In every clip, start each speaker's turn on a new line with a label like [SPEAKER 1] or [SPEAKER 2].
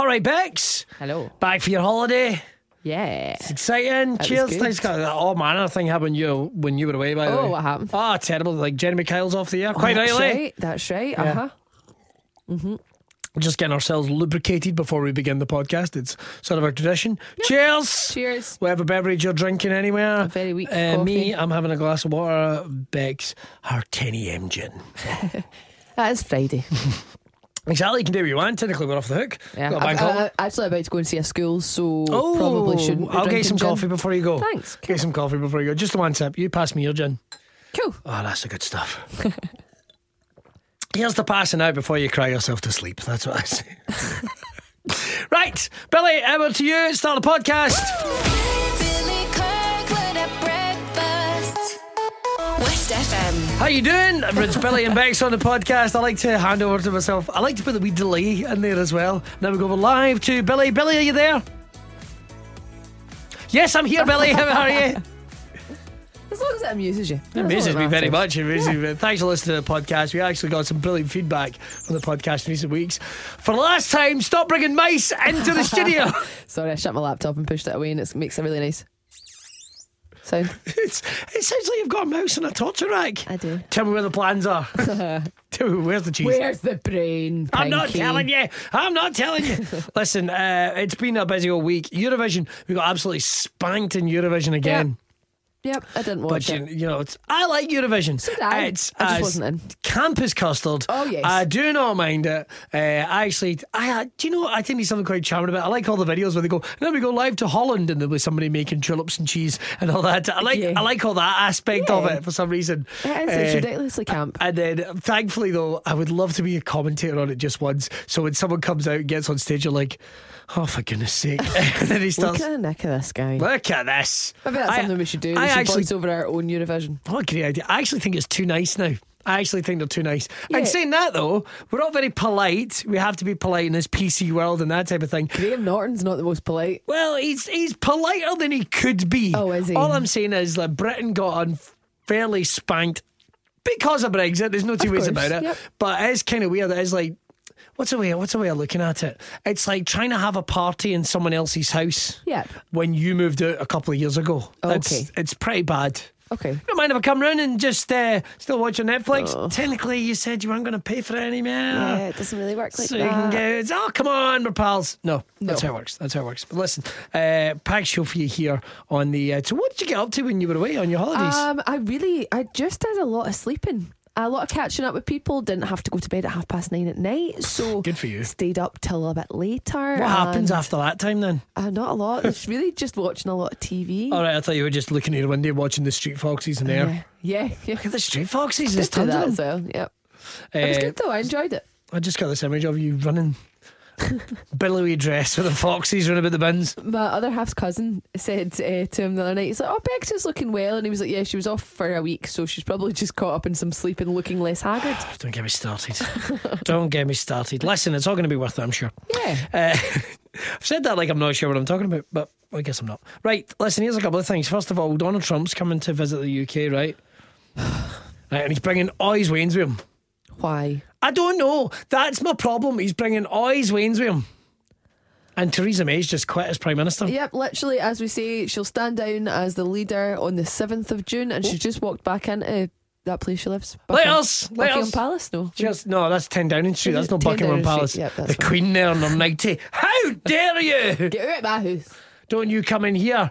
[SPEAKER 1] right, Bex.
[SPEAKER 2] Hello.
[SPEAKER 1] Back for your holiday.
[SPEAKER 2] Yeah.
[SPEAKER 1] It's exciting.
[SPEAKER 2] was
[SPEAKER 1] Cheers.
[SPEAKER 2] good.
[SPEAKER 1] Thanks. Oh, Got that all manner of thing happened you when you were away. By the
[SPEAKER 2] Oh,
[SPEAKER 1] way.
[SPEAKER 2] what happened? Oh,
[SPEAKER 1] Oh, terrible. Like Jeremy Kyle's off the air. Quite
[SPEAKER 2] That's
[SPEAKER 1] rightly.
[SPEAKER 2] right. That's right. Uh huh.
[SPEAKER 1] Just getting ourselves lubricated before we begin the podcast. It's sort of our tradition. Cheers.
[SPEAKER 2] Cheers.
[SPEAKER 1] Whatever beverage you're drinking anywhere.
[SPEAKER 2] very weak
[SPEAKER 1] Uh, me,
[SPEAKER 2] coffee.
[SPEAKER 1] I'm having a glass of water. Bex, her 10 a.m. gin.
[SPEAKER 2] That is Friday.
[SPEAKER 1] Exactly. You can do what you want. Technically, we're off the hook.
[SPEAKER 2] Yeah.
[SPEAKER 1] Got a bank
[SPEAKER 2] I'm,
[SPEAKER 1] holiday. Oh,
[SPEAKER 2] I'm Uh, actually about to go and see a school, so probably shouldn't. Be
[SPEAKER 1] I'll get you
[SPEAKER 2] drinking
[SPEAKER 1] some
[SPEAKER 2] gin.
[SPEAKER 1] coffee before you go.
[SPEAKER 2] Thanks.
[SPEAKER 1] Get some coffee before you go. Just the one sip. You pass me your gin.
[SPEAKER 2] Cool.
[SPEAKER 1] Oh, that's the good stuff. Here's the passing out before you cry yourself to sleep. That's what I say. right, Billy, over to you. Start the podcast.
[SPEAKER 3] Billy Kirkwood at breakfast. West FM.
[SPEAKER 1] How you doing? It's Billy and Bex on the podcast. I like to hand over to myself. I like to put the wee delay in there as well. Now we go over live to Billy. Billy, are you there? Yes, I'm here, Billy. How are you?
[SPEAKER 2] As long as it amuses you.
[SPEAKER 1] It
[SPEAKER 2] That's
[SPEAKER 1] amazes
[SPEAKER 2] all
[SPEAKER 1] me
[SPEAKER 2] that
[SPEAKER 1] very much.
[SPEAKER 2] matters.
[SPEAKER 1] It amazes me. Thanks for listening to the podcast. We actually got some brilliant feedback on the podcast in recent weeks. For the last time, stop bringing mice into the studio.
[SPEAKER 2] Sorry, I shut my laptop and pushed it away, and it makes a really nice sound.
[SPEAKER 1] it's, it sounds like you've got a mouse in a torture rack.
[SPEAKER 2] I do.
[SPEAKER 1] Tell me where the plans are. Tell me where's the cheese.
[SPEAKER 2] Where's the brain?
[SPEAKER 1] I'm not
[SPEAKER 2] Pinky?
[SPEAKER 1] telling you. I'm not telling you. Listen, uh, it's been a busy old week. Eurovision, we got absolutely spanked in Eurovision again.
[SPEAKER 2] Yep, I didn't
[SPEAKER 1] But
[SPEAKER 2] watch
[SPEAKER 1] you,
[SPEAKER 2] it.
[SPEAKER 1] you know, it's, I like Eurovision.
[SPEAKER 2] So did I.
[SPEAKER 1] It's
[SPEAKER 2] I just
[SPEAKER 1] as
[SPEAKER 2] wasn't in.
[SPEAKER 1] Campus custard.
[SPEAKER 2] Oh, yes.
[SPEAKER 1] I do not mind it. Uh, I actually, I uh, do you know? what? I think there's something quite charming about. it. I like all the videos where they go. And then we go live to Holland, and there'll be somebody making tulips and cheese and all that. I like,
[SPEAKER 2] Yeah.
[SPEAKER 1] I like all that aspect of
[SPEAKER 2] Yeah.
[SPEAKER 1] it for some reason.
[SPEAKER 2] It is, it's
[SPEAKER 1] Uh,
[SPEAKER 2] ridiculously camp.
[SPEAKER 1] and then, thankfully, though, I would love to be a commentator on it just once. So when someone comes out and gets on stage, you're like, oh, for goodness sake. and then he
[SPEAKER 2] Look
[SPEAKER 1] starts,
[SPEAKER 2] at the neck of this guy.
[SPEAKER 1] look at this.
[SPEAKER 2] Maybe that's
[SPEAKER 1] I-
[SPEAKER 2] something we should do. We
[SPEAKER 1] I
[SPEAKER 2] should
[SPEAKER 1] actually,
[SPEAKER 2] voice over our own Eurovision.
[SPEAKER 1] oh, great idea. I actually think it's too nice now. I actually think they're too nice.
[SPEAKER 2] Yeah.
[SPEAKER 1] And saying that, though, we're not very polite. We have to be polite in this PC world and that type of thing.
[SPEAKER 2] Graham Norton's not the most polite.
[SPEAKER 1] Well, he's he's politer than he could be.
[SPEAKER 2] Oh, is he?
[SPEAKER 1] All I'm saying is that Britain got unfairly spanked because of Brexit. There's no two
[SPEAKER 2] Of
[SPEAKER 1] ways
[SPEAKER 2] course,
[SPEAKER 1] about it.
[SPEAKER 2] yep.
[SPEAKER 1] But it's kind of weird. It's like, what's a way? What's a way of looking at it? It's like trying to have a party in someone else's house.
[SPEAKER 2] Yep.
[SPEAKER 1] When you moved out a couple of years ago. It's-
[SPEAKER 2] Okay.
[SPEAKER 1] It's pretty bad.
[SPEAKER 2] Okay.
[SPEAKER 1] Don't mind if I come round and just uh, still watching Netflix. Technically, you said you weren't going to pay for it anymore.
[SPEAKER 2] Oh. Yeah, it doesn't really work like
[SPEAKER 1] Ah, So you can
[SPEAKER 2] that.
[SPEAKER 1] go, it's, oh, come on, we're pals. No, that's
[SPEAKER 2] No.
[SPEAKER 1] how it works. That's how it works. But listen, uh, packed show for you here on the. Uh, so, what did you get up to when you were away on your holidays?
[SPEAKER 2] Um, I really, I just did a lot of sleeping, a lot of catching up with people. Didn't have to go to bed at half past nine at night, so
[SPEAKER 1] Good for you.
[SPEAKER 2] Stayed up till a bit later.
[SPEAKER 1] what happens
[SPEAKER 2] and,
[SPEAKER 1] after that time then?
[SPEAKER 2] Uh, not a lot. It's really just watching a lot of TV.
[SPEAKER 1] All right, I thought you were just looking at your window watching the street foxes in there.
[SPEAKER 2] yeah, yeah, yeah.
[SPEAKER 1] Look at the street foxes. There's
[SPEAKER 2] Did do
[SPEAKER 1] tons
[SPEAKER 2] that
[SPEAKER 1] of them.
[SPEAKER 2] as well. Yep. It was
[SPEAKER 1] Uh,
[SPEAKER 2] good though. I enjoyed it.
[SPEAKER 1] I just got this image of you running. billowy dress with the foxes running about the bins.
[SPEAKER 2] My other half's cousin said uh, to him the other night, he's like, "Oh, Bex is looking well," and he was like, "Yeah, she was off for a week, so she's probably just caught up in some sleep and looking less haggard."
[SPEAKER 1] Don't get me started. Don't get me started. Listen, it's all going to be worth it, I'm sure.
[SPEAKER 2] Yeah.
[SPEAKER 1] Uh, I've said that like I'm not sure what I'm talking about, but I guess I'm not. Right, listen, here's a couple of things. First of all, Donald Trump's coming to visit the UK, right? Right, and he's bringing all his Waynes with him.
[SPEAKER 2] Why?
[SPEAKER 1] I don't know. That's my problem. He's bringing all his Waynes with him. And Theresa May's just quit as Prime Minister.
[SPEAKER 2] Yep, literally, as we say, she'll stand down as the leader on the 7th of June, and she's just walked back into that place she lives. Buckingham-
[SPEAKER 1] us, let
[SPEAKER 2] Buckingham
[SPEAKER 1] us.
[SPEAKER 2] Palace, no.
[SPEAKER 1] Just no, that's ten Downing Street. That's
[SPEAKER 2] Is it
[SPEAKER 1] not
[SPEAKER 2] 10
[SPEAKER 1] Buckingham
[SPEAKER 2] Downing Street?
[SPEAKER 1] Palace.
[SPEAKER 2] Yep,
[SPEAKER 1] the
[SPEAKER 2] that's
[SPEAKER 1] Queen there on her ninety. How dare you?
[SPEAKER 2] Get out of my house.
[SPEAKER 1] Don't you come in here,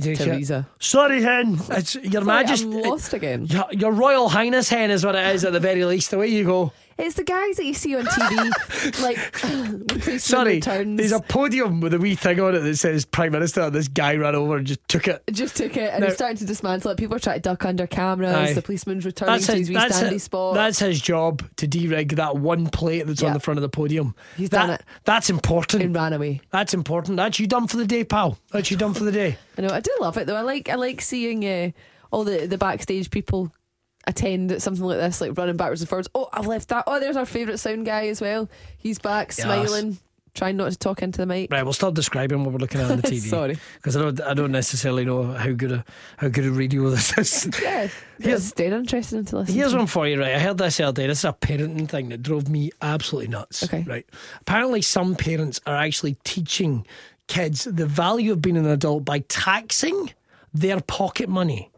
[SPEAKER 2] Theresa.
[SPEAKER 1] Sorry, hen. It's your
[SPEAKER 2] Sorry,
[SPEAKER 1] Majesty.
[SPEAKER 2] I'm lost again.
[SPEAKER 1] Your, your Royal Highness hen is what it is at the very least. Away you go.
[SPEAKER 2] It's the guys that you see on TV, like, the policeman
[SPEAKER 1] Sorry,
[SPEAKER 2] returns,
[SPEAKER 1] there's a podium with a wee thing on it that says Prime Minister. and This guy ran over and just took it.
[SPEAKER 2] just took it and
[SPEAKER 1] No.
[SPEAKER 2] he's starting to dismantle it. People are trying to duck under cameras.
[SPEAKER 1] Aye.
[SPEAKER 2] The policeman's returning to his wee standy
[SPEAKER 1] his,
[SPEAKER 2] spot.
[SPEAKER 1] that's his job to derig that one plate that's on
[SPEAKER 2] Yeah.
[SPEAKER 1] the front of the podium.
[SPEAKER 2] He's
[SPEAKER 1] that,
[SPEAKER 2] done it.
[SPEAKER 1] That's important.
[SPEAKER 2] and ran away.
[SPEAKER 1] that's important. That's you done for the day, pal. That's you done for the day.
[SPEAKER 2] I know. I do love it though. I like I like seeing uh, all the the backstage people attend something like this, like running backwards and forwards. Oh, I've left that. Oh, there's our favourite sound guy as well. He's back, smiling. Trying not to talk into the mic.
[SPEAKER 1] Right, we'll stop describing what we're looking at on the TV.
[SPEAKER 2] Sorry.
[SPEAKER 1] because I don't, I don't necessarily know how good a how good a radio this is.
[SPEAKER 2] Yeah,
[SPEAKER 1] Here's-
[SPEAKER 2] it's dead interesting to listen.
[SPEAKER 1] Here's
[SPEAKER 2] to.
[SPEAKER 1] one for you, right? I heard this the other day. This is a parenting thing that drove me absolutely nuts.
[SPEAKER 2] Okay.
[SPEAKER 1] Right. Apparently, some parents are actually teaching kids the value of being an adult by taxing their pocket money.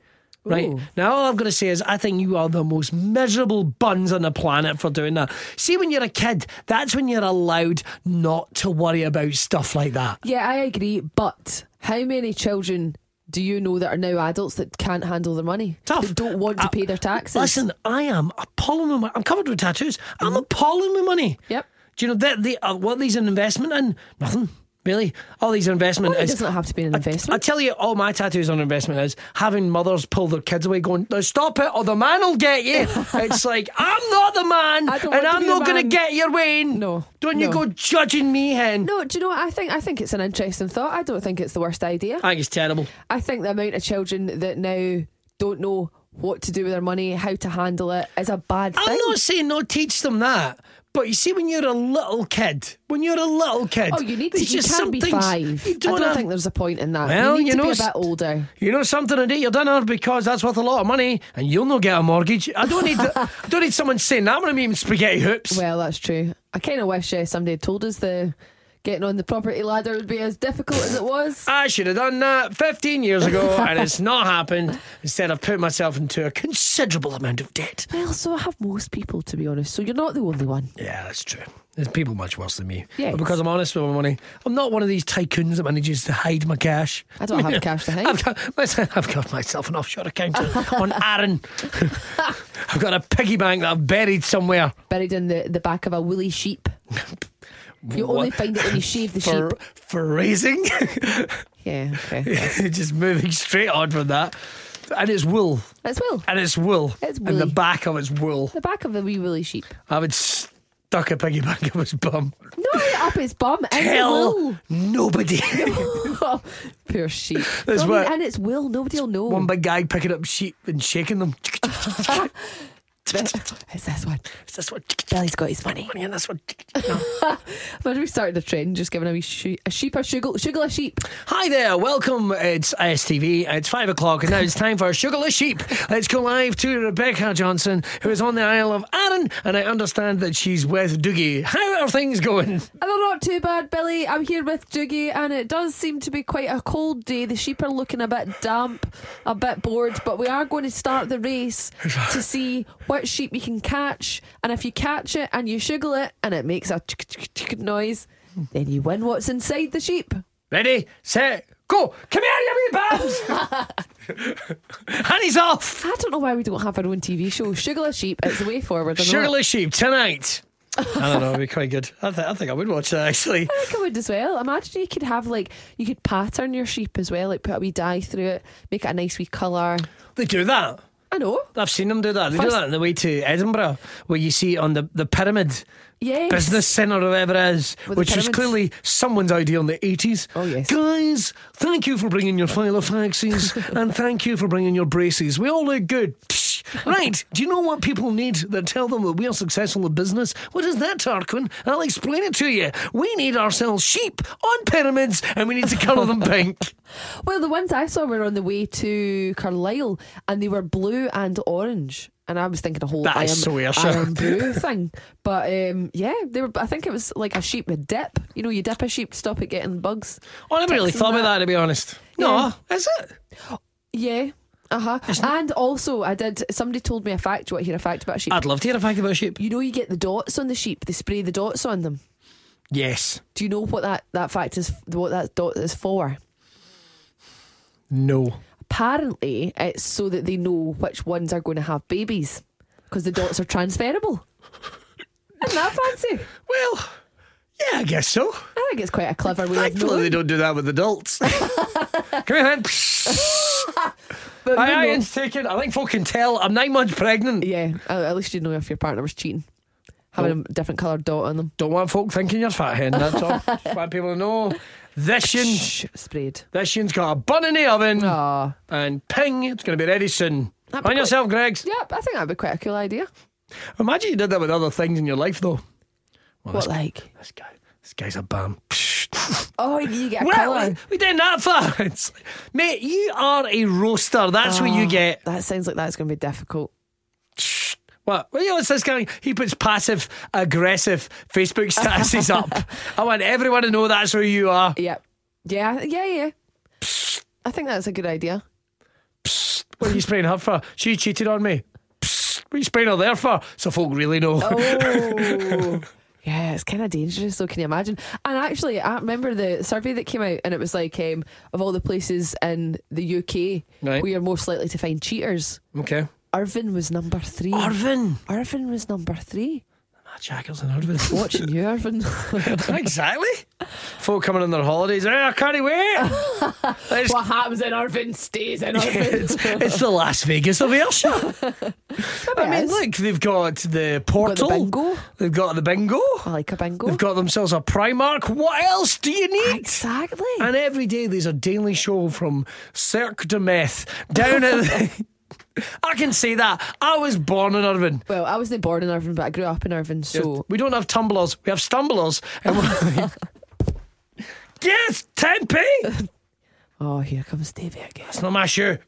[SPEAKER 1] Right.
[SPEAKER 2] Ooh.
[SPEAKER 1] Now, all I'm going to say is, I think you are the most miserable buns on the planet for doing that. See, when you're a kid, that's when you're allowed not to worry about stuff like that.
[SPEAKER 2] Yeah, I agree. But how many children do you know that are now adults that can't handle their money?
[SPEAKER 1] Tough.
[SPEAKER 2] That don't want to
[SPEAKER 1] Uh,
[SPEAKER 2] pay their taxes.
[SPEAKER 1] Listen, I am appalling with money. I'm covered with tattoos. I'm appalling with money.
[SPEAKER 2] Mm-hmm. Yep.
[SPEAKER 1] Do you know that they, uh, what these an investment in? Nothing really. All these investment
[SPEAKER 2] Well, it
[SPEAKER 1] is.
[SPEAKER 2] doesn't have to be an
[SPEAKER 1] I
[SPEAKER 2] investment.
[SPEAKER 1] tell you, all my tattoos on investment is having mothers pull their kids away, going, "Now stop it, or the man will get you." it's like I'm not the man,
[SPEAKER 2] I don't
[SPEAKER 1] and
[SPEAKER 2] want to
[SPEAKER 1] I'm
[SPEAKER 2] be the
[SPEAKER 1] not going
[SPEAKER 2] man."
[SPEAKER 1] to get your Wayne.
[SPEAKER 2] No,
[SPEAKER 1] don't you
[SPEAKER 2] no.
[SPEAKER 1] go judging me, hen.
[SPEAKER 2] no, do you know what I think? I think it's an interesting thought. I don't think it's the worst idea.
[SPEAKER 1] I think it's terrible.
[SPEAKER 2] I think the amount of children that now don't know what to do with their money, how to handle it, is a bad
[SPEAKER 1] I'm
[SPEAKER 2] thing.
[SPEAKER 1] not saying not teach them that, but you see, when you're a little kid, when you're a little kid,
[SPEAKER 2] Oh, you need to.
[SPEAKER 1] there's
[SPEAKER 2] You
[SPEAKER 1] just
[SPEAKER 2] can
[SPEAKER 1] some
[SPEAKER 2] be
[SPEAKER 1] things
[SPEAKER 2] five.
[SPEAKER 1] You don't,
[SPEAKER 2] I don't
[SPEAKER 1] have-
[SPEAKER 2] think there's a point in that.
[SPEAKER 1] Well,
[SPEAKER 2] you need
[SPEAKER 1] you
[SPEAKER 2] to
[SPEAKER 1] know,
[SPEAKER 2] be a
[SPEAKER 1] s-
[SPEAKER 2] bit older.
[SPEAKER 1] You know something, and eat your dinner because that's worth a lot of money, and you'll not get a mortgage. I don't need, I don't need someone saying that. I'm going to eating spaghetti hoops.
[SPEAKER 2] Well, that's true. I kind of wish uh, somebody had told us the getting on the property ladder would be as difficult as it was.
[SPEAKER 1] I should have done that 15 years ago, and it's not happened. Instead, I've put myself into a considerable amount of debt.
[SPEAKER 2] Well, so I have most people, to be honest. So you're not the only one.
[SPEAKER 1] Yeah, that's true. There's people much worse than me.
[SPEAKER 2] Yes.
[SPEAKER 1] But because I'm honest with my money, I'm not one of these tycoons that manages to hide my cash.
[SPEAKER 2] I don't have cash to hide.
[SPEAKER 1] I've got, I've got myself an offshore account on Aaron. I've got a piggy bank that I've buried somewhere.
[SPEAKER 2] Buried in the, the back of a woolly sheep. You only
[SPEAKER 1] What?
[SPEAKER 2] find it when you shave the
[SPEAKER 1] for,
[SPEAKER 2] sheep.
[SPEAKER 1] for raising.
[SPEAKER 2] Yeah, okay.
[SPEAKER 1] just moving straight on from that. And it's wool.
[SPEAKER 2] As well,
[SPEAKER 1] And it's wool.
[SPEAKER 2] It's
[SPEAKER 1] And the
[SPEAKER 2] woolly.
[SPEAKER 1] back of it's wool.
[SPEAKER 2] the back of a wee woolly sheep.
[SPEAKER 1] I would stuck a piggy bank up his bum.
[SPEAKER 2] No, up its bum and the
[SPEAKER 1] Tell
[SPEAKER 2] wool.
[SPEAKER 1] nobody.
[SPEAKER 2] Poor sheep.
[SPEAKER 1] That's
[SPEAKER 2] I mean,
[SPEAKER 1] what-
[SPEAKER 2] and it's will. Nobody will know.
[SPEAKER 1] One big guy picking up sheep and shaking them.
[SPEAKER 2] it's this one.
[SPEAKER 1] It's this one.
[SPEAKER 2] Billy's got his money.
[SPEAKER 1] Money in this one.
[SPEAKER 2] Imagine we started a trend just giving a wee she- a sheep a sugar, sugar a sheep.
[SPEAKER 1] Hi there, welcome. It's ISTV. It's five o'clock, and now it's time for Sugarless Sheep. Let's go live to Rebecca Johnson, who is on the Isle of Arran, and I understand that she's with Doogie. How are things going?
[SPEAKER 2] And they're not too bad, Billy. I'm here with Doogie, and it does seem to be quite a cold day. The sheep are looking a bit damp, a bit bored, but we are going to start the race to see what sheep you can catch. And if you catch it and you sugar it and it makes a tsk, tsk, tsk noise, then you win what's inside the sheep.
[SPEAKER 1] Ready, set, go! Come here, you wee babs! and he's off.
[SPEAKER 2] I don't know why we don't have our own TV show. Sugar a sheep, it's the way forward. I know it.
[SPEAKER 1] Sugarless Sheep tonight. I don't know, it'd be quite good. I, th- I think I would watch that actually.
[SPEAKER 2] I think I would as well. Imagine you could have like you could pattern your sheep as well, like put a wee dye through it, make it a nice wee colour.
[SPEAKER 1] They do that.
[SPEAKER 2] I know.
[SPEAKER 1] I've seen them do that. They do
[SPEAKER 2] First-
[SPEAKER 1] that on the way to Edinburgh, where you see it on the, the pyramid.
[SPEAKER 2] Yes.
[SPEAKER 1] business centre or whatever it is,
[SPEAKER 2] With the
[SPEAKER 1] which was
[SPEAKER 2] pyramids.
[SPEAKER 1] clearly someone's idea in the 80s.
[SPEAKER 2] Oh, yes.
[SPEAKER 1] Guys, thank you for bringing your filofaxes and thank you for bringing your braces. We all look good. Psh. Right, do you know what people need that tell them that we are successful in business? What is that, Tarquin? I'll explain it to you. We need ourselves sheep on pyramids and we need to colour them pink.
[SPEAKER 2] Well, the ones I saw were on the way to Carlisle, and they were blue and orange. And I was thinking a whole
[SPEAKER 1] That
[SPEAKER 2] iron,
[SPEAKER 1] is so Ayrshire.
[SPEAKER 2] iron brew thing, but um, yeah, they were. I think it was like a sheep with dip. You know, you dip a sheep, to stop it getting bugs.
[SPEAKER 1] I never really
[SPEAKER 2] Ticks
[SPEAKER 1] thought
[SPEAKER 2] and
[SPEAKER 1] about that, to be honest. No, is it?
[SPEAKER 2] Yeah. Uh huh. And also, I did. Somebody told me a fact. Do you want to hear a fact about sheep?
[SPEAKER 1] I'd love to hear a fact about sheep.
[SPEAKER 2] you know, you get the dots on the sheep. They spray the dots on them.
[SPEAKER 1] Yes.
[SPEAKER 2] Do you know what that, that fact is? What that dot is for?
[SPEAKER 1] No.
[SPEAKER 2] Apparently, it's so that they know which ones are going to have babies because the dots are transferable. Isn't that fancy?
[SPEAKER 1] Well, yeah, I guess so.
[SPEAKER 2] I think it's quite a clever way of
[SPEAKER 1] Thankfully, they
[SPEAKER 2] knowing.
[SPEAKER 1] don't do that with adults. Come here, hen.
[SPEAKER 2] But
[SPEAKER 1] My
[SPEAKER 2] we know-
[SPEAKER 1] iron's taken. I think folk can tell. I'm nine months pregnant.
[SPEAKER 2] yeah, at at least you know if your partner was cheating, having a different coloured dot on them.
[SPEAKER 1] Don't want folk thinking you're fat hen. That's all. Just want people to know. This yin,
[SPEAKER 2] Shh, sprayed. Uh,
[SPEAKER 1] this yin's got a bun in the oven,
[SPEAKER 2] Aw.
[SPEAKER 1] and ping, it's going to be ready soon.
[SPEAKER 2] Oh. That'd be
[SPEAKER 1] On
[SPEAKER 2] quite-
[SPEAKER 1] yourself, Greg's.
[SPEAKER 2] Yeah, I think that'd be quite a cool idea.
[SPEAKER 1] Imagine you did that with other things in your life, though.
[SPEAKER 2] what, like?
[SPEAKER 1] This guy, This guy's a bum.
[SPEAKER 2] Oh, you get a
[SPEAKER 1] Well,
[SPEAKER 2] colour.
[SPEAKER 1] we, we didn't that for. It's like, mate, you are a roaster. That's what
[SPEAKER 2] Ah.
[SPEAKER 1] you get.
[SPEAKER 2] That sounds like that's going to be difficult.
[SPEAKER 1] What? Well, you know, it's this guy. He puts passive aggressive Facebook statuses up. I want everyone to know that's who you are.
[SPEAKER 2] Yep. Yeah, yeah, yeah. I think that's a good idea.
[SPEAKER 1] What are you spraying her for? She cheated on me. Psst, what are you spraying her there for? So folk really know.
[SPEAKER 2] Oh. Yeah, it's kind of dangerous though, can you imagine? And actually, I remember the survey that came out and it was like, um, of all the places in the UK
[SPEAKER 1] Right.
[SPEAKER 2] where you're most likely to find cheaters,
[SPEAKER 1] Okay.
[SPEAKER 2] Irvine was number three.
[SPEAKER 1] Irvin.
[SPEAKER 2] Irvine was number three.
[SPEAKER 1] Matt Jackals and Irvin.
[SPEAKER 2] Watching you, Irvine.
[SPEAKER 1] exactly. Folk coming on their holidays. Eh, I can't wait. Let's
[SPEAKER 2] what happens in Irvine stays in Irvine.
[SPEAKER 1] it's, it's the Las Vegas of Ayrshire. I mean,
[SPEAKER 2] is.
[SPEAKER 1] look, they've got the portal,
[SPEAKER 2] bingo.
[SPEAKER 1] they've got the bingo,
[SPEAKER 2] I like a bingo.
[SPEAKER 1] they've got themselves a Primark. What else do you need?
[SPEAKER 2] exactly.
[SPEAKER 1] And every day there's a daily show from Cirque de Meth down at. The, I can say that I was born in Irvine.
[SPEAKER 2] well, I wasn't born in Irvine, but I grew up in Irvine, so
[SPEAKER 1] We don't have tumblers, we have stumblers. And we're like, yes, 10p.
[SPEAKER 2] oh, here comes Davey again.
[SPEAKER 1] It's not my shoe.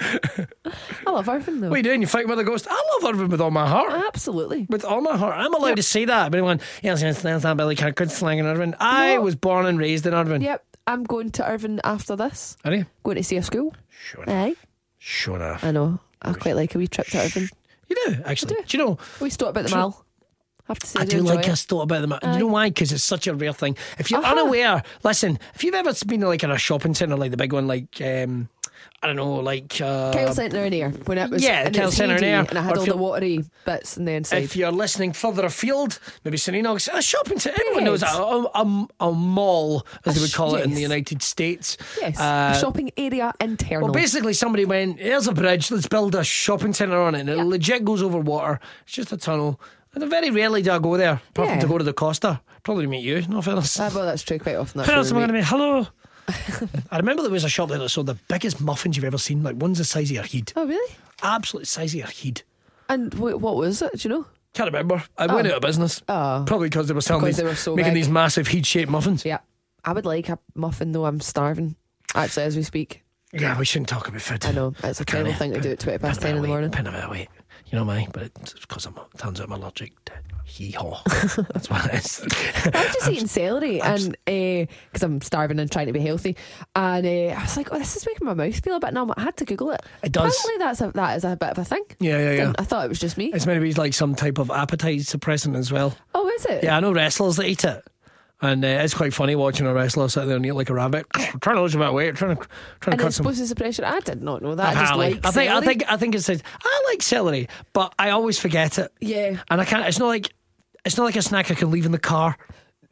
[SPEAKER 2] I love Irvine though.
[SPEAKER 1] What are you doing? You fighting with a ghost? I love Irvine with all my heart.
[SPEAKER 2] Absolutely.
[SPEAKER 1] With all my heart, I'm allowed to say that. But anyone, yes, yes, that's not Billy Kirk, good slang in Irvine. I
[SPEAKER 2] No.
[SPEAKER 1] was born and raised in Irvine.
[SPEAKER 2] Yep, I'm going to Irvine after this.
[SPEAKER 1] Are you?
[SPEAKER 2] Going to see a school.
[SPEAKER 1] Sure enough.
[SPEAKER 2] Aye.
[SPEAKER 1] Sure enough.
[SPEAKER 2] I know. I quite like a wee trip to Irvine.
[SPEAKER 1] You do, actually. do. you know?
[SPEAKER 2] We stop at the
[SPEAKER 1] Sure.
[SPEAKER 2] mall. have to say, I,
[SPEAKER 1] I do
[SPEAKER 2] enjoy
[SPEAKER 1] like
[SPEAKER 2] it.
[SPEAKER 1] a thought about them. You know why? Because it's such a rare thing. If you're
[SPEAKER 2] Uh-huh.
[SPEAKER 1] unaware, listen. If you've ever been like in a shopping centre, like the big one, like um, I don't know, like uh,
[SPEAKER 2] Kyle Centre in air when it was
[SPEAKER 1] Yeah,
[SPEAKER 2] in
[SPEAKER 1] Kyle
[SPEAKER 2] its
[SPEAKER 1] Centre in
[SPEAKER 2] heyday,
[SPEAKER 1] Ayr,
[SPEAKER 2] and I
[SPEAKER 1] or
[SPEAKER 2] had all
[SPEAKER 1] if you-
[SPEAKER 2] the watery bits in the inside.
[SPEAKER 1] if you're listening further afield, maybe St Enoch's, a shopping centre. Everyone knows
[SPEAKER 2] Yes.
[SPEAKER 1] that. A, a, a mall, as
[SPEAKER 2] A
[SPEAKER 1] they would call it in the
[SPEAKER 2] yes.
[SPEAKER 1] United States.
[SPEAKER 2] yes,
[SPEAKER 1] Uh,
[SPEAKER 2] a shopping area internal.
[SPEAKER 1] well, basically, somebody went, here's a bridge, let's build a shopping centre on it. And it legit goes over water. It's just a tunnel. And very rarely do I go there, apart from
[SPEAKER 2] Yeah.
[SPEAKER 1] to go to the Costa. Probably meet you, no offence.
[SPEAKER 2] Ah, well, that's true. Quite often that's
[SPEAKER 1] Who else am I
[SPEAKER 2] where
[SPEAKER 1] going to
[SPEAKER 2] we-
[SPEAKER 1] meet? Hello. I remember there was a shop there that sold the biggest muffins you've ever seen. Like one's the size of your head,
[SPEAKER 2] Oh really?
[SPEAKER 1] absolute size of your head.
[SPEAKER 2] And wait, what was it? Do you know?
[SPEAKER 1] Can't remember. I went out of business.
[SPEAKER 2] Oh.
[SPEAKER 1] Probably because they were selling
[SPEAKER 2] Because
[SPEAKER 1] these,
[SPEAKER 2] they were so
[SPEAKER 1] making
[SPEAKER 2] big.
[SPEAKER 1] these massive head-shaped muffins.
[SPEAKER 2] Yeah, I would like a muffin though. I'm starving. Actually, as we speak,
[SPEAKER 1] Yeah, we shouldn't talk about food.
[SPEAKER 2] I know it's a terrible thing to do at twenty past ten in the morning.
[SPEAKER 1] Pin about weight. You know me, but it's because I'm turns out I'm allergic to hee haw. That's what it is.
[SPEAKER 2] I was just eating celery and because I'm starving and trying to be healthy, and uh, I was like, "Oh, this is making my mouth feel a bit numb." I had to Google it.
[SPEAKER 1] It does.
[SPEAKER 2] Apparently, that's a, that is a bit of a thing.
[SPEAKER 1] Yeah, yeah, yeah.
[SPEAKER 2] Didn't- I thought it was just me.
[SPEAKER 1] It's meant to be like some type of appetite suppressant as well.
[SPEAKER 2] oh, is it?
[SPEAKER 1] Yeah, I know wrestlers that eat it. And uh, it's quite funny watching a wrestler sit there and eat like a rabbit, trying to lose a bit of weight, trying to trying
[SPEAKER 2] And
[SPEAKER 1] to cut
[SPEAKER 2] it's
[SPEAKER 1] some.
[SPEAKER 2] supposed to suppress your. I did not know that. I
[SPEAKER 1] Apparently,
[SPEAKER 2] just like
[SPEAKER 1] I think I
[SPEAKER 2] celery.
[SPEAKER 1] think I think it says I like celery, but I always forget it.
[SPEAKER 2] Yeah.
[SPEAKER 1] and I can't. It's not like it's not like a snack I can leave in the car.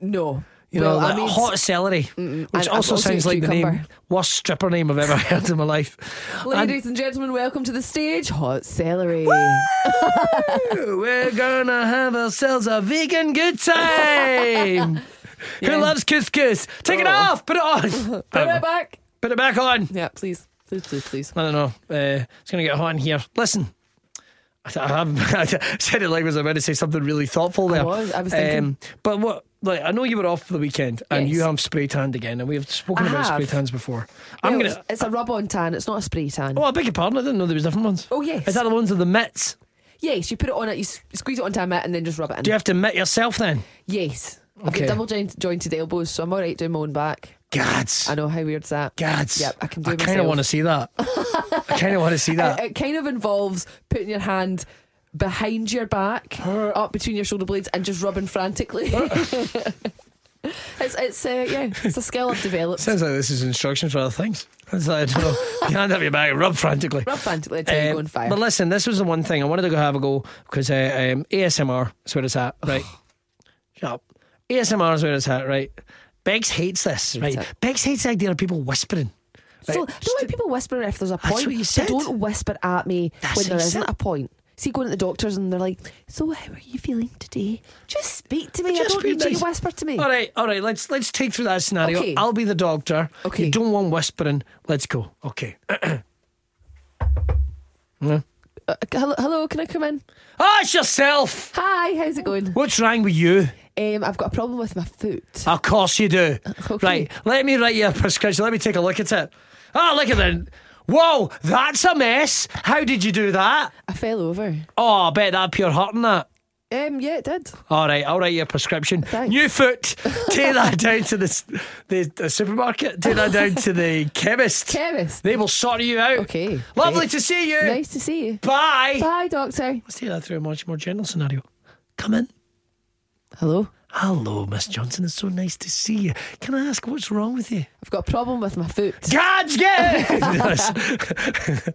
[SPEAKER 2] no.
[SPEAKER 1] You
[SPEAKER 2] well,
[SPEAKER 1] know, like
[SPEAKER 2] I mean,
[SPEAKER 1] hot celery, which
[SPEAKER 2] And
[SPEAKER 1] also
[SPEAKER 2] I've also
[SPEAKER 1] sounds
[SPEAKER 2] ate
[SPEAKER 1] like the name
[SPEAKER 2] cucumber.
[SPEAKER 1] worst stripper name I've ever heard in my life. And-
[SPEAKER 2] ladies and gentlemen, welcome to the stage. Hot celery.
[SPEAKER 1] We're gonna have ourselves a vegan good time. Who loves couscous? Take it
[SPEAKER 2] Oh.
[SPEAKER 1] off. Put it on.
[SPEAKER 2] Put it back.
[SPEAKER 1] Put it back on.
[SPEAKER 2] Yeah, please, please, please, please.
[SPEAKER 1] I don't know. Uh, it's going to get hot in here. Listen, I, I, haven't- I said it like I was about to say something really thoughtful there. Um,
[SPEAKER 2] was. I was thinking-
[SPEAKER 1] but what? Like, I know you were off for the weekend, and
[SPEAKER 2] Yes.
[SPEAKER 1] you have spray tanned again, and we have spoken
[SPEAKER 2] I
[SPEAKER 1] about
[SPEAKER 2] have.
[SPEAKER 1] spray tans before. I'm
[SPEAKER 2] No,
[SPEAKER 1] gonna.
[SPEAKER 2] it's, it's a rub-on tan. It's not a spray tan.
[SPEAKER 1] Oh, I beg your pardon. I didn't know there was different ones.
[SPEAKER 2] Oh, yes.
[SPEAKER 1] Is that the ones with the mitts?
[SPEAKER 2] Yes, you put it on it. You s- squeeze it onto a mitt and then just rub it in.
[SPEAKER 1] Do you have to mitt yourself then?
[SPEAKER 2] Yes. I've
[SPEAKER 1] Okay.
[SPEAKER 2] got double joint, jointed elbows, so I'm all right doing my own back.
[SPEAKER 1] Gads.
[SPEAKER 2] I know how weird's that.
[SPEAKER 1] Gads.
[SPEAKER 2] Yep, I can do
[SPEAKER 1] I
[SPEAKER 2] it
[SPEAKER 1] kind of
[SPEAKER 2] myself.
[SPEAKER 1] want to see that. I kind of want to see that.
[SPEAKER 2] It, it kind of involves putting your hand behind your back, up between your shoulder blades, and just rubbing frantically. it's it's uh, yeah, it's a skill I've developed.
[SPEAKER 1] Sounds like this is instructions for other things. It's like, I don't know. you hand up your bag, rub frantically.
[SPEAKER 2] Rub frantically until you
[SPEAKER 1] Um,
[SPEAKER 2] go on fire.
[SPEAKER 1] But listen, this was the one thing I wanted to go have a go because uh, um, ASMR is where it's at, right? Shut up. ASMR is where it's at, right? Beggs hates this, right?
[SPEAKER 2] it.
[SPEAKER 1] Beggs hates the idea of people whispering. Right?
[SPEAKER 2] So, I don't like people whispering if there's a point.
[SPEAKER 1] That's what you said.
[SPEAKER 2] So don't whisper at me
[SPEAKER 1] That's
[SPEAKER 2] when
[SPEAKER 1] what
[SPEAKER 2] there
[SPEAKER 1] you
[SPEAKER 2] isn't
[SPEAKER 1] said.
[SPEAKER 2] a point. See, going to the doctors and they're like, "So, how are you feeling today? Just speak to me.
[SPEAKER 1] Just
[SPEAKER 2] I don't
[SPEAKER 1] be
[SPEAKER 2] need you
[SPEAKER 1] nice. Oh,
[SPEAKER 2] to whisper to me."
[SPEAKER 1] all right, all right. Let's let's take through that scenario.
[SPEAKER 2] Okay.
[SPEAKER 1] I'll be the doctor.
[SPEAKER 2] Okay.
[SPEAKER 1] You don't want whispering. Let's go. Okay.
[SPEAKER 2] Uh, hello, hello, can I come in?
[SPEAKER 1] Ah, it's yourself.
[SPEAKER 2] Hi, how's it going?
[SPEAKER 1] What's wrong with you?
[SPEAKER 2] Um, I've got a problem with my foot.
[SPEAKER 1] Of course you do.
[SPEAKER 2] Okay.
[SPEAKER 1] Right, let me write you a prescription. Let me take a look at it. Ah, look at that. Whoa, that's a mess. How did you do that?
[SPEAKER 2] I fell over.
[SPEAKER 1] Oh, I bet that pure hurting that.
[SPEAKER 2] Um, yeah, it did.
[SPEAKER 1] All right, I'll write you a prescription.
[SPEAKER 2] Thanks.
[SPEAKER 1] New foot. Take that down to the, s- the, the supermarket. Take that down to the chemist.
[SPEAKER 2] Chemist.
[SPEAKER 1] They will sort you out.
[SPEAKER 2] Okay,
[SPEAKER 1] Lovely
[SPEAKER 2] great.
[SPEAKER 1] to see you.
[SPEAKER 2] Nice to see you.
[SPEAKER 1] Bye.
[SPEAKER 2] Bye, doctor.
[SPEAKER 1] Let's take that through a much more general scenario. Come in.
[SPEAKER 2] Hello.
[SPEAKER 1] Hello, Miss Johnson. It's so nice to see you. Can I ask what's wrong with you?
[SPEAKER 2] I've got a problem with my foot.
[SPEAKER 1] God's good.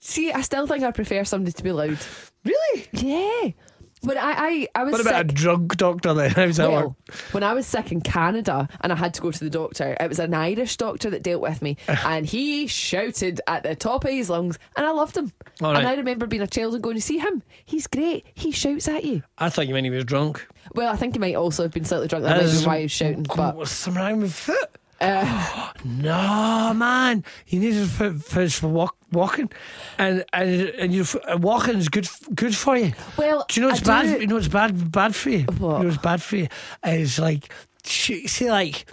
[SPEAKER 2] See, I still think I prefer somebody to be loud.
[SPEAKER 1] really?
[SPEAKER 2] Yeah. When I, I, I was
[SPEAKER 1] What about a
[SPEAKER 2] sick.
[SPEAKER 1] drug doctor then? How's that work?
[SPEAKER 2] Well, when I was sick in Canada and I had to go to the doctor, it was an Irish doctor that dealt with me, and he shouted at the top of his lungs, and I loved him.
[SPEAKER 1] All
[SPEAKER 2] And
[SPEAKER 1] right.
[SPEAKER 2] I remember being a child and going to see him. He's great. He shouts at you.
[SPEAKER 1] I thought you meant he was drunk.
[SPEAKER 2] Well, I think he might also have been slightly drunk. That might
[SPEAKER 1] As-
[SPEAKER 2] be why he was shouting. But uh,
[SPEAKER 1] What's something wrong with foot? no, man. You need his foot first for walk, walking, and and and your foot- uh, walking's good f- good for you.
[SPEAKER 2] Well,
[SPEAKER 1] do you know
[SPEAKER 2] I
[SPEAKER 1] it's bad?
[SPEAKER 2] do-
[SPEAKER 1] You know it's bad bad for you.
[SPEAKER 2] What?
[SPEAKER 1] You know it's bad for you. It's like sh- see like.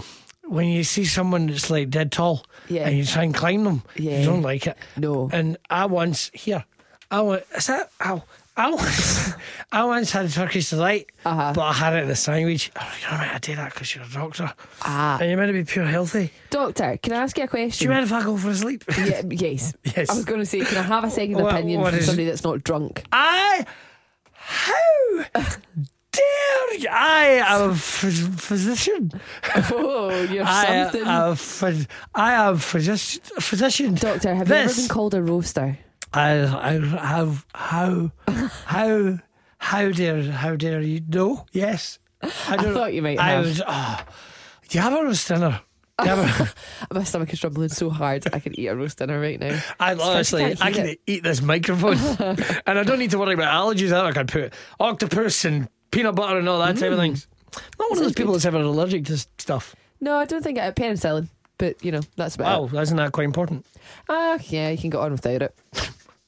[SPEAKER 1] When you see someone that's like dead tall,
[SPEAKER 2] Yeah.
[SPEAKER 1] and you try and climb them,
[SPEAKER 2] Yeah.
[SPEAKER 1] you don't like it.
[SPEAKER 2] No.
[SPEAKER 1] And I once here, I once is that ow. I once, I once had Turkish delight,
[SPEAKER 2] Uh-huh.
[SPEAKER 1] but I had it in a sandwich. Oh, you know, mate, I do that because you're a doctor.
[SPEAKER 2] Ah.
[SPEAKER 1] And you're meant to be pure healthy.
[SPEAKER 2] doctor, can I ask you a
[SPEAKER 1] Do you
[SPEAKER 2] question?
[SPEAKER 1] mind if I go for a sleep?
[SPEAKER 2] Yeah, yes.
[SPEAKER 1] Yes.
[SPEAKER 2] I was going to say, can I have a second
[SPEAKER 1] What-
[SPEAKER 2] opinion
[SPEAKER 1] what
[SPEAKER 2] from
[SPEAKER 1] is-
[SPEAKER 2] somebody that's not drunk?
[SPEAKER 1] I. How dare you? I am a phys- physician.
[SPEAKER 2] Oh, you're
[SPEAKER 1] I uh,
[SPEAKER 2] something.
[SPEAKER 1] am a phys- I am physician. physician.
[SPEAKER 2] Doctor, have you
[SPEAKER 1] this,
[SPEAKER 2] ever been called a roaster?
[SPEAKER 1] I, I have. How. How. How dare. How dare you? No. Yes. I, don't,
[SPEAKER 2] thought you might
[SPEAKER 1] I
[SPEAKER 2] have.
[SPEAKER 1] Was, oh, do you have a roast dinner? Do you have a-
[SPEAKER 2] My stomach is struggling so hard I could eat a roast dinner right now.
[SPEAKER 1] I honestly,
[SPEAKER 2] can't
[SPEAKER 1] I
[SPEAKER 2] hear
[SPEAKER 1] can
[SPEAKER 2] it.
[SPEAKER 1] eat this microphone, and I don't need to worry about allergies. I can put octopus and peanut butter and all that
[SPEAKER 2] Mm.
[SPEAKER 1] type of things. Not one of those people that's ever allergic to s- stuff.
[SPEAKER 2] No, I don't think I penicillin, but you know that's about.
[SPEAKER 1] Wow,
[SPEAKER 2] it.
[SPEAKER 1] isn't that quite important?
[SPEAKER 2] Ah, yeah, you can get on without it.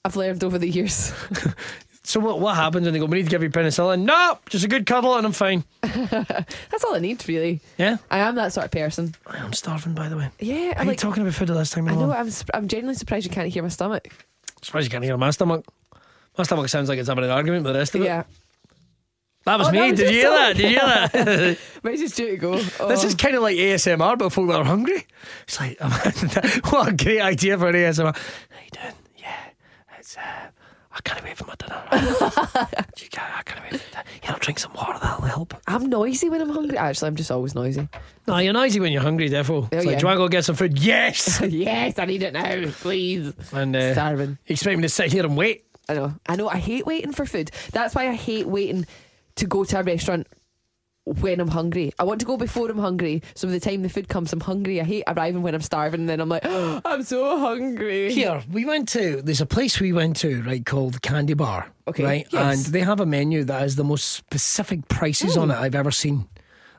[SPEAKER 2] I've learned over the years.
[SPEAKER 1] So what what happens when they go? We need to give you penicillin. No, just a good cuddle and I'm fine.
[SPEAKER 2] That's all I need, really.
[SPEAKER 1] Yeah,
[SPEAKER 2] I am that sort of person.
[SPEAKER 1] I am starving by the way.
[SPEAKER 2] Yeah,
[SPEAKER 1] Are
[SPEAKER 2] I'm
[SPEAKER 1] you
[SPEAKER 2] like.
[SPEAKER 1] talking about food at this time?
[SPEAKER 2] I
[SPEAKER 1] of the
[SPEAKER 2] know.
[SPEAKER 1] morning?
[SPEAKER 2] I'm. sur- I'm genuinely surprised you can't hear my stomach.
[SPEAKER 1] Surprised you can't hear my stomach. My stomach sounds like it's having an argument with the rest of it.
[SPEAKER 2] Yeah.
[SPEAKER 1] That was
[SPEAKER 2] Oh,
[SPEAKER 1] me.
[SPEAKER 2] that was
[SPEAKER 1] Did you hear
[SPEAKER 2] your
[SPEAKER 1] that? Did you hear that?
[SPEAKER 2] Might just do it go. Oh.
[SPEAKER 1] This is kind of like ASMR, but folk that are hungry. It's like, what a great idea for an ASMR. How you doing? Yeah, it's. Uh, I can't wait for my dinner. you can't, I can't wait. For that. Yeah, I'll drink some water. That'll help.
[SPEAKER 2] I'm noisy when I'm hungry. Actually, I'm just always noisy.
[SPEAKER 1] No, you're noisy when you're hungry, therefore. It's
[SPEAKER 2] Oh,
[SPEAKER 1] like,
[SPEAKER 2] yeah.
[SPEAKER 1] do you want to go get some food? Yes.
[SPEAKER 2] yes, I need it now, please.
[SPEAKER 1] and uh,
[SPEAKER 2] Starving.
[SPEAKER 1] you expect me to sit here and wait?
[SPEAKER 2] Eh. I know. I know. I hate waiting for food. That's why I hate waiting to go to a restaurant when I'm hungry. I want to go before I'm hungry. So by the time the food comes, I'm hungry. I hate arriving when I'm starving. And then I'm like, I'm so hungry.
[SPEAKER 1] Here, we went to, there's a place we went to, right, called Candy Bar.
[SPEAKER 2] Okay,
[SPEAKER 1] Right?
[SPEAKER 2] yes. Mm.
[SPEAKER 1] And they have a menu that has the most specific prices on it I've ever seen.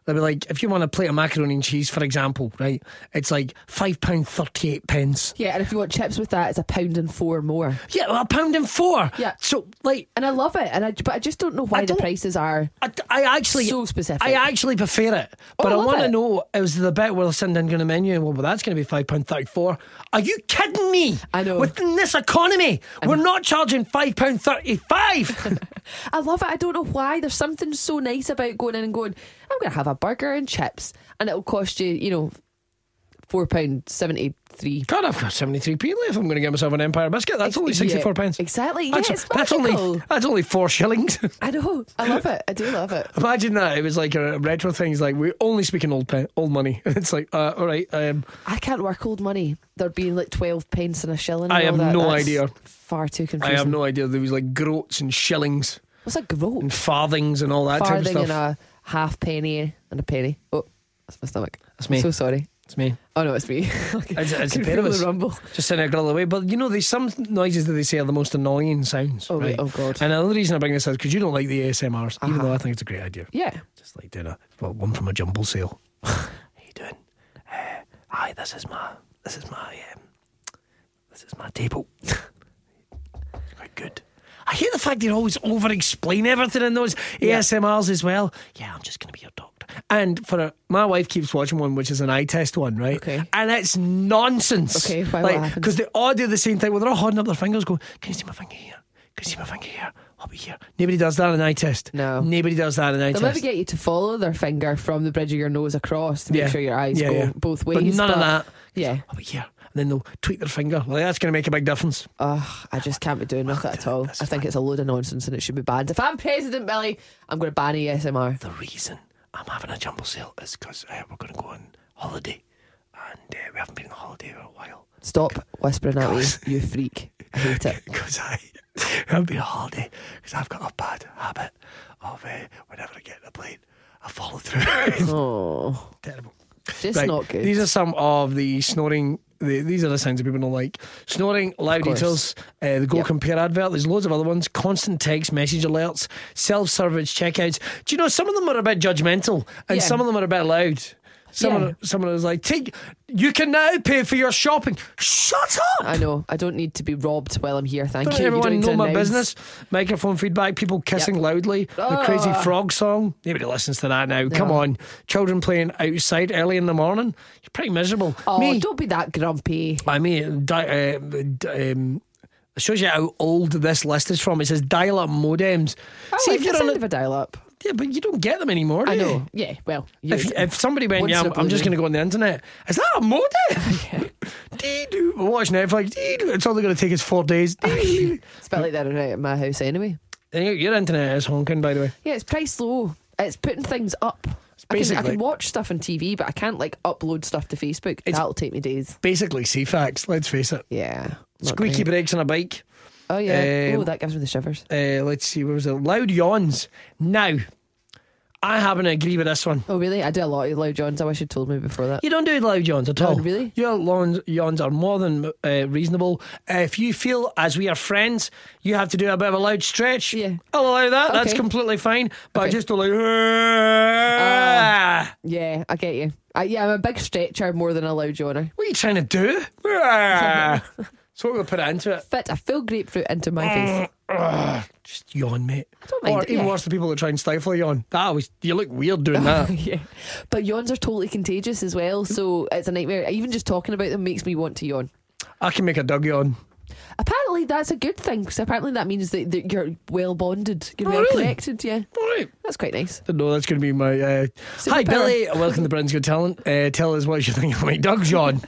[SPEAKER 1] They'll be like, if you want a plate of macaroni and cheese, for example, right, it's like £5.38 pence.
[SPEAKER 2] Yeah, and if you want chips with that, it's a pound and four more.
[SPEAKER 1] Yeah, well, a pound and four.
[SPEAKER 2] Yeah.
[SPEAKER 1] So, like,
[SPEAKER 2] And I love it. And I, but I just don't know
[SPEAKER 1] I
[SPEAKER 2] why the
[SPEAKER 1] don't-
[SPEAKER 2] prices are.
[SPEAKER 1] I, I actually
[SPEAKER 2] So specific.
[SPEAKER 1] I actually prefer it,
[SPEAKER 2] Oh,
[SPEAKER 1] but
[SPEAKER 2] I
[SPEAKER 1] I
[SPEAKER 2] love
[SPEAKER 1] want to
[SPEAKER 2] it.
[SPEAKER 1] know is the bit where they're sending in going to menu and well, well that's going to be five pound thirty four. Are you kidding me?
[SPEAKER 2] I know.
[SPEAKER 1] Within this economy, we're not charging five pound thirty five.
[SPEAKER 2] I love it. I don't know why. There's something so nice about going in and going, I'm going to have a burger and chips. And it'll cost you, you know, £4.73.
[SPEAKER 1] God, I've got seventy three p left. I'm going to get myself an empire biscuit. That's only sixty four pounds.
[SPEAKER 2] Exactly. Yeah, it's
[SPEAKER 1] That's, that's
[SPEAKER 2] magical.
[SPEAKER 1] only that's only four shillings.
[SPEAKER 2] I know. I love it. I do love it.
[SPEAKER 1] Imagine that it was like a retro thing. It's like we only speak in old pe- old money. It's like uh, all right, um,
[SPEAKER 2] I can't work old money. There being like twelve pence and a shilling. And
[SPEAKER 1] I
[SPEAKER 2] all
[SPEAKER 1] have
[SPEAKER 2] that.
[SPEAKER 1] no
[SPEAKER 2] That's
[SPEAKER 1] idea.
[SPEAKER 2] Far too
[SPEAKER 1] I
[SPEAKER 2] confusing.
[SPEAKER 1] have no idea. There was like groats and shillings
[SPEAKER 2] What's a
[SPEAKER 1] and
[SPEAKER 2] groat?
[SPEAKER 1] farthings and all that type of
[SPEAKER 2] Farthing
[SPEAKER 1] stuff.
[SPEAKER 2] and a half penny and a penny. Oh, that's my stomach.
[SPEAKER 1] That's me.
[SPEAKER 2] So sorry.
[SPEAKER 1] it's me.
[SPEAKER 2] Oh no, it's me. okay.
[SPEAKER 1] It's, it's a
[SPEAKER 2] Can
[SPEAKER 1] pair
[SPEAKER 2] feel
[SPEAKER 1] of
[SPEAKER 2] the
[SPEAKER 1] us.
[SPEAKER 2] rumble.
[SPEAKER 1] Just sending a girl away. But you know, there's some noises that they say are the most annoying sounds.
[SPEAKER 2] Oh,
[SPEAKER 1] right?
[SPEAKER 2] oh, God.
[SPEAKER 1] And another reason I bring this up is because you don't like the ASMRs, even
[SPEAKER 2] Uh-huh.
[SPEAKER 1] though I think it's a great idea.
[SPEAKER 2] Yeah.
[SPEAKER 1] Just like doing a well, one from a jumble sale. How you doing? Uh, hi, this is my this is my um, this is my table. Quite good. I hate the fact they always over explain everything in those ASMRs as well. Yeah, I'm just going to be your doctor. And for a, my wife keeps watching one, which is an eye test one, right?
[SPEAKER 2] Okay.
[SPEAKER 1] And it's nonsense.
[SPEAKER 2] Okay, why, what happened?
[SPEAKER 1] Because they all do the same thing. Well, they're all holding up their fingers going, Can you see my finger here? Can you see my finger here? I'll be here. Nobody does that in an eye test.
[SPEAKER 2] No.
[SPEAKER 1] Nobody does that in an eye
[SPEAKER 2] They'll
[SPEAKER 1] test.
[SPEAKER 2] maybe get you to follow their finger from the bridge of your nose across to make sure your eyes go both ways.
[SPEAKER 1] But none of that.
[SPEAKER 2] Yeah.
[SPEAKER 1] I'll be here. And then they'll tweak their finger. Like, that's going to make a big difference.
[SPEAKER 2] Ugh, I just can't be doing with it at all. I think it's a load of nonsense and it should be banned. If I'm president, Billy, I'm going to ban ASMR.
[SPEAKER 1] the reason I'm having a jumble sale is because uh, we're going to go on holiday, and uh, we haven't been on holiday for a while.
[SPEAKER 2] Stop whispering at me, you freak. I hate it.
[SPEAKER 1] Because I we haven't been on holiday because I've got a bad habit of uh, whenever I get in a plane, I follow through.
[SPEAKER 2] Oh,
[SPEAKER 1] Terrible.
[SPEAKER 2] just
[SPEAKER 1] Right,
[SPEAKER 2] not good.
[SPEAKER 1] These are some of the snoring. The, these are the sounds that people don't like. Snoring, loud
[SPEAKER 2] course.
[SPEAKER 1] eaters, uh, the Go
[SPEAKER 2] Yep.
[SPEAKER 1] Compare advert. There's loads of other ones. Constant text, message alerts, self-service checkouts. Do you know some of them are a bit judgmental and
[SPEAKER 2] Yeah.
[SPEAKER 1] some of them are a bit loud. Someone,
[SPEAKER 2] Yeah.
[SPEAKER 1] someone is like, "Take, you can now pay for your shopping." Shut up!
[SPEAKER 2] I know. I don't need to be robbed while I'm here. Thank
[SPEAKER 1] Don't
[SPEAKER 2] you. You
[SPEAKER 1] everyone
[SPEAKER 2] don't need
[SPEAKER 1] know
[SPEAKER 2] to
[SPEAKER 1] my
[SPEAKER 2] announce.
[SPEAKER 1] business? Microphone feedback, people kissing loudly,
[SPEAKER 2] Ah.
[SPEAKER 1] the crazy frog song. Nobody listens to that now. Come
[SPEAKER 2] No.
[SPEAKER 1] on. Children playing outside early in the morning. You're pretty miserable.
[SPEAKER 2] Oh,
[SPEAKER 1] me,
[SPEAKER 2] don't be that grumpy.
[SPEAKER 1] I mean, di- uh, d- um, it shows you how old this list is from. It says dial up modems.
[SPEAKER 2] I
[SPEAKER 1] See,
[SPEAKER 2] like
[SPEAKER 1] if
[SPEAKER 2] the
[SPEAKER 1] you're on
[SPEAKER 2] sound Oh,
[SPEAKER 1] Oh,
[SPEAKER 2] of
[SPEAKER 1] a,
[SPEAKER 2] a dial-up.
[SPEAKER 1] yeah, but you don't get them anymore, do
[SPEAKER 2] I
[SPEAKER 1] you?
[SPEAKER 2] know. Yeah. Well, you
[SPEAKER 1] If, if somebody went,
[SPEAKER 2] Once
[SPEAKER 1] yeah,
[SPEAKER 2] in
[SPEAKER 1] I'm,
[SPEAKER 2] a
[SPEAKER 1] I'm just
[SPEAKER 2] blue
[SPEAKER 1] going to go on the internet. Is that a modem? Dee-doo. Watch Netflix. Dee-doo. It's only going to take us four days. Dee-doo.
[SPEAKER 2] it's about like that right at my house anyway.
[SPEAKER 1] Your your internet is honking, by the way.
[SPEAKER 2] Yeah, it's price low. It's putting things up. I can, I
[SPEAKER 1] basically-
[SPEAKER 2] can watch stuff on TV, but I can't like upload stuff to Facebook. That'll take me days.
[SPEAKER 1] Basically, CFAX, let's face it.
[SPEAKER 2] Yeah. not
[SPEAKER 1] Squeaky
[SPEAKER 2] great.
[SPEAKER 1] brakes on a bike.
[SPEAKER 2] Oh yeah.
[SPEAKER 1] Um,
[SPEAKER 2] oh, that gives me the shivers.
[SPEAKER 1] Uh, let's see, what was it? Loud yawns. Now, I happen to agree with this one.
[SPEAKER 2] Oh really? I do a lot of loud johns. I wish you'd told me before that.
[SPEAKER 1] You don't do loud yawns at all.
[SPEAKER 2] really?
[SPEAKER 1] Your lawns, yawns are more than uh, reasonable. Uh, if you feel, as we are friends, you have to do a bit of a loud stretch,
[SPEAKER 2] Yeah.
[SPEAKER 1] I'll allow that. That's
[SPEAKER 2] Okay.
[SPEAKER 1] completely fine. But
[SPEAKER 2] Okay.
[SPEAKER 1] just do like. "Ah."
[SPEAKER 2] Yeah, I get you. I, yeah, I'm a big stretcher more than a loud johner.
[SPEAKER 1] what are you trying to do? Ah. so we're going to put it into it.
[SPEAKER 2] Fit a full grapefruit into my face.
[SPEAKER 1] Ugh, just yawn, mate.
[SPEAKER 2] don't mind
[SPEAKER 1] or
[SPEAKER 2] it,
[SPEAKER 1] even
[SPEAKER 2] yeah.
[SPEAKER 1] worse, the people that try and stifle a yawn. That always you look weird doing that.
[SPEAKER 2] yeah, but yawns are totally contagious as well, so it's a nightmare. Even just talking about them makes me want to yawn.
[SPEAKER 1] I can make a dog yawn.
[SPEAKER 2] Apparently, that's a good thing because apparently that means that, that you're well bonded, you're
[SPEAKER 1] Oh,
[SPEAKER 2] well
[SPEAKER 1] really?
[SPEAKER 2] connected. Yeah,
[SPEAKER 1] All right.
[SPEAKER 2] that's quite nice.
[SPEAKER 1] Didn't know that's going to be my. Uh... Hi,
[SPEAKER 2] Superpower.
[SPEAKER 1] Billy. Welcome to Britain's Good Talent. Uh, tell us what you think of my dog yawn.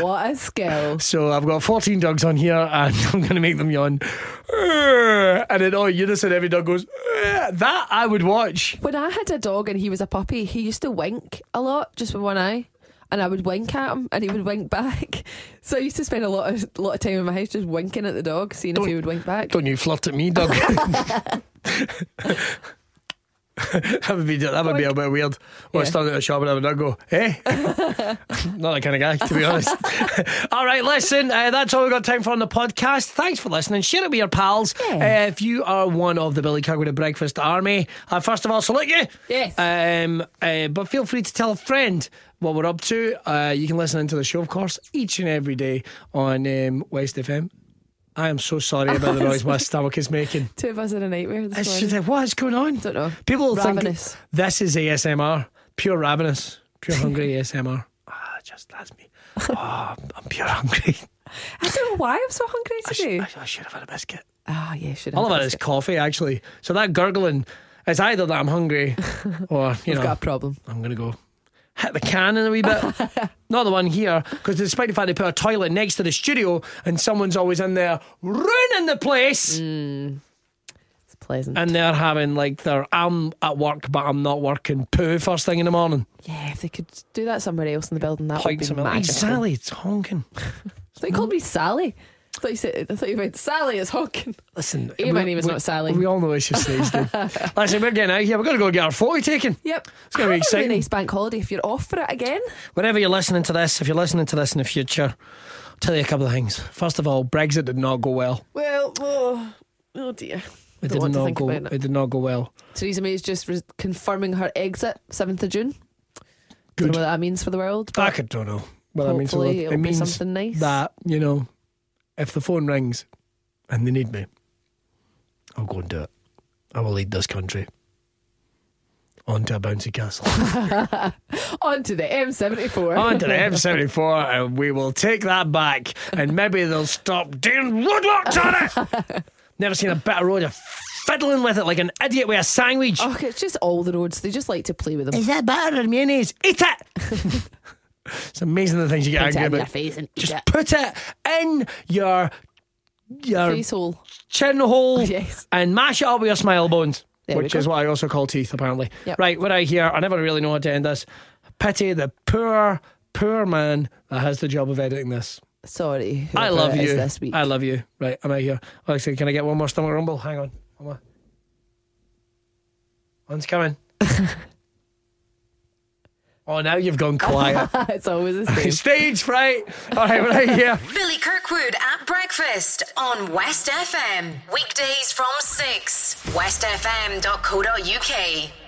[SPEAKER 2] What a skill!
[SPEAKER 1] So I've got 14 dogs on here and I'm going to make them yawn. And oh, in all unison, every dog goes, that I would watch.
[SPEAKER 2] When I had a dog and he was a puppy, he used to wink a lot, just with one eye. And I would wink at him, and he would wink back. So I used to spend a lot of lot of time in my house just winking at the dog, seeing if he would wink back.
[SPEAKER 1] Don't you flirt at me, dog. that would be that would be a bit weird. Or I
[SPEAKER 2] Yeah.
[SPEAKER 1] stand at the shop and have a dog go, hey. Not E? that kind of guy, to be honest. all right, listen, uh, that's all we've got time for on the podcast. Thanks for listening. Share it with your pals.
[SPEAKER 2] Yeah.
[SPEAKER 1] Uh, if you are one of the Billy Cogwood Breakfast Army, I first of all salute you.
[SPEAKER 2] Yes.
[SPEAKER 1] Um, uh, but feel free to tell a friend what we're up to. Uh, you can listen into the show, of course, each and every day on um, West FM. I am so sorry about the noise my stomach is making.
[SPEAKER 2] Two of us in a nightmare. This
[SPEAKER 1] It's
[SPEAKER 2] morning.
[SPEAKER 1] just like, what is going on?
[SPEAKER 2] Don't know.
[SPEAKER 1] People will
[SPEAKER 2] Ravenous.
[SPEAKER 1] think this is ASMR, pure ravenous, pure hungry ASMR. Ah, just that's me. Oh, I'm I'm pure hungry.
[SPEAKER 2] I don't know why I'm so hungry
[SPEAKER 1] I, sh-
[SPEAKER 2] today.
[SPEAKER 1] I should have had a biscuit.
[SPEAKER 2] Ah, yeah, should have.
[SPEAKER 1] All of it is coffee, actually. So that gurgling is either that I'm hungry or, you
[SPEAKER 2] We've
[SPEAKER 1] know,
[SPEAKER 2] got a problem.
[SPEAKER 1] I'm going to go hit the can in a wee bit. Not the one here, because despite the fact they put a toilet next to the studio and someone's always in there ruining the place.
[SPEAKER 2] Mm. It's pleasant.
[SPEAKER 1] And they're having like their I'm at work, but I'm not working poo first thing in the morning.
[SPEAKER 2] yeah, if they could do that somewhere else in the building, that
[SPEAKER 1] Pints
[SPEAKER 2] would
[SPEAKER 1] of
[SPEAKER 2] be
[SPEAKER 1] milk.
[SPEAKER 2] magical.
[SPEAKER 1] Exactly, it's honking.
[SPEAKER 2] So you called me Sally. I thought you said. I thought you meant Sally is honking.
[SPEAKER 1] Listen,
[SPEAKER 2] Yeah, my name is not Sally.
[SPEAKER 1] We all know it's just stage name. Listen, we're getting out of here. We're going to go get our photo taken.
[SPEAKER 2] Yep.
[SPEAKER 1] It's gonna be
[SPEAKER 2] Have a
[SPEAKER 1] exciting.
[SPEAKER 2] really nice bank holiday if you're off for it again.
[SPEAKER 1] Whenever you're listening to this, if you're listening to this in the future, I'll tell you a couple of things. First of all, Brexit did not go well.
[SPEAKER 2] Well, oh, oh dear.
[SPEAKER 1] It
[SPEAKER 2] Don't
[SPEAKER 1] did
[SPEAKER 2] want to
[SPEAKER 1] not
[SPEAKER 2] think
[SPEAKER 1] go.
[SPEAKER 2] about it.
[SPEAKER 1] did not go well.
[SPEAKER 2] Theresa May is just re- confirming her exit, 7th of June. Don't
[SPEAKER 1] Good.
[SPEAKER 2] know what that means for the world.
[SPEAKER 1] I
[SPEAKER 2] But
[SPEAKER 1] could don't know. Well, I mean, so
[SPEAKER 2] hopefully
[SPEAKER 1] it
[SPEAKER 2] it'll be
[SPEAKER 1] means
[SPEAKER 2] something nice.
[SPEAKER 1] that you know, if the phone rings, and they need me, I'll go and do it. I will lead this country onto a bouncy castle.
[SPEAKER 2] On to the M74.
[SPEAKER 1] On to the M74, and we will take that back, and maybe they'll stop doing roadblocks on it. Never seen a better road of fiddling with it like an idiot with a sandwich.
[SPEAKER 2] Oh, it's just all the roads. They just like to play with them.
[SPEAKER 1] Is that butter and mayonnaise? Eat it! it's amazing the things you get
[SPEAKER 2] Put it in
[SPEAKER 1] angry
[SPEAKER 2] your
[SPEAKER 1] about.
[SPEAKER 2] face and eat
[SPEAKER 1] Just
[SPEAKER 2] it.
[SPEAKER 1] put it in your your
[SPEAKER 2] Face hole.
[SPEAKER 1] chin hole
[SPEAKER 2] Yes.
[SPEAKER 1] and mash it up with your smile bones,
[SPEAKER 2] There we
[SPEAKER 1] which
[SPEAKER 2] go.
[SPEAKER 1] is what I also call teeth, apparently.
[SPEAKER 2] Yep.
[SPEAKER 1] Right, what I hear, I never really know how to end this. Pity the poor, poor man that has the job of editing this.
[SPEAKER 2] Sorry.
[SPEAKER 1] I
[SPEAKER 2] whoever
[SPEAKER 1] love
[SPEAKER 2] it is
[SPEAKER 1] you.
[SPEAKER 2] This week.
[SPEAKER 1] I love you. Right, I'm out here. Oh, actually, can I get one more stomach rumble? Hang on. One more. One's coming. oh, now you've gone quiet.
[SPEAKER 2] it's always the same.
[SPEAKER 1] Stage fright. All right, we're out here.
[SPEAKER 4] Billy Kirkwood at breakfast on West FM. Weekdays from 6. WestFM.co.uk.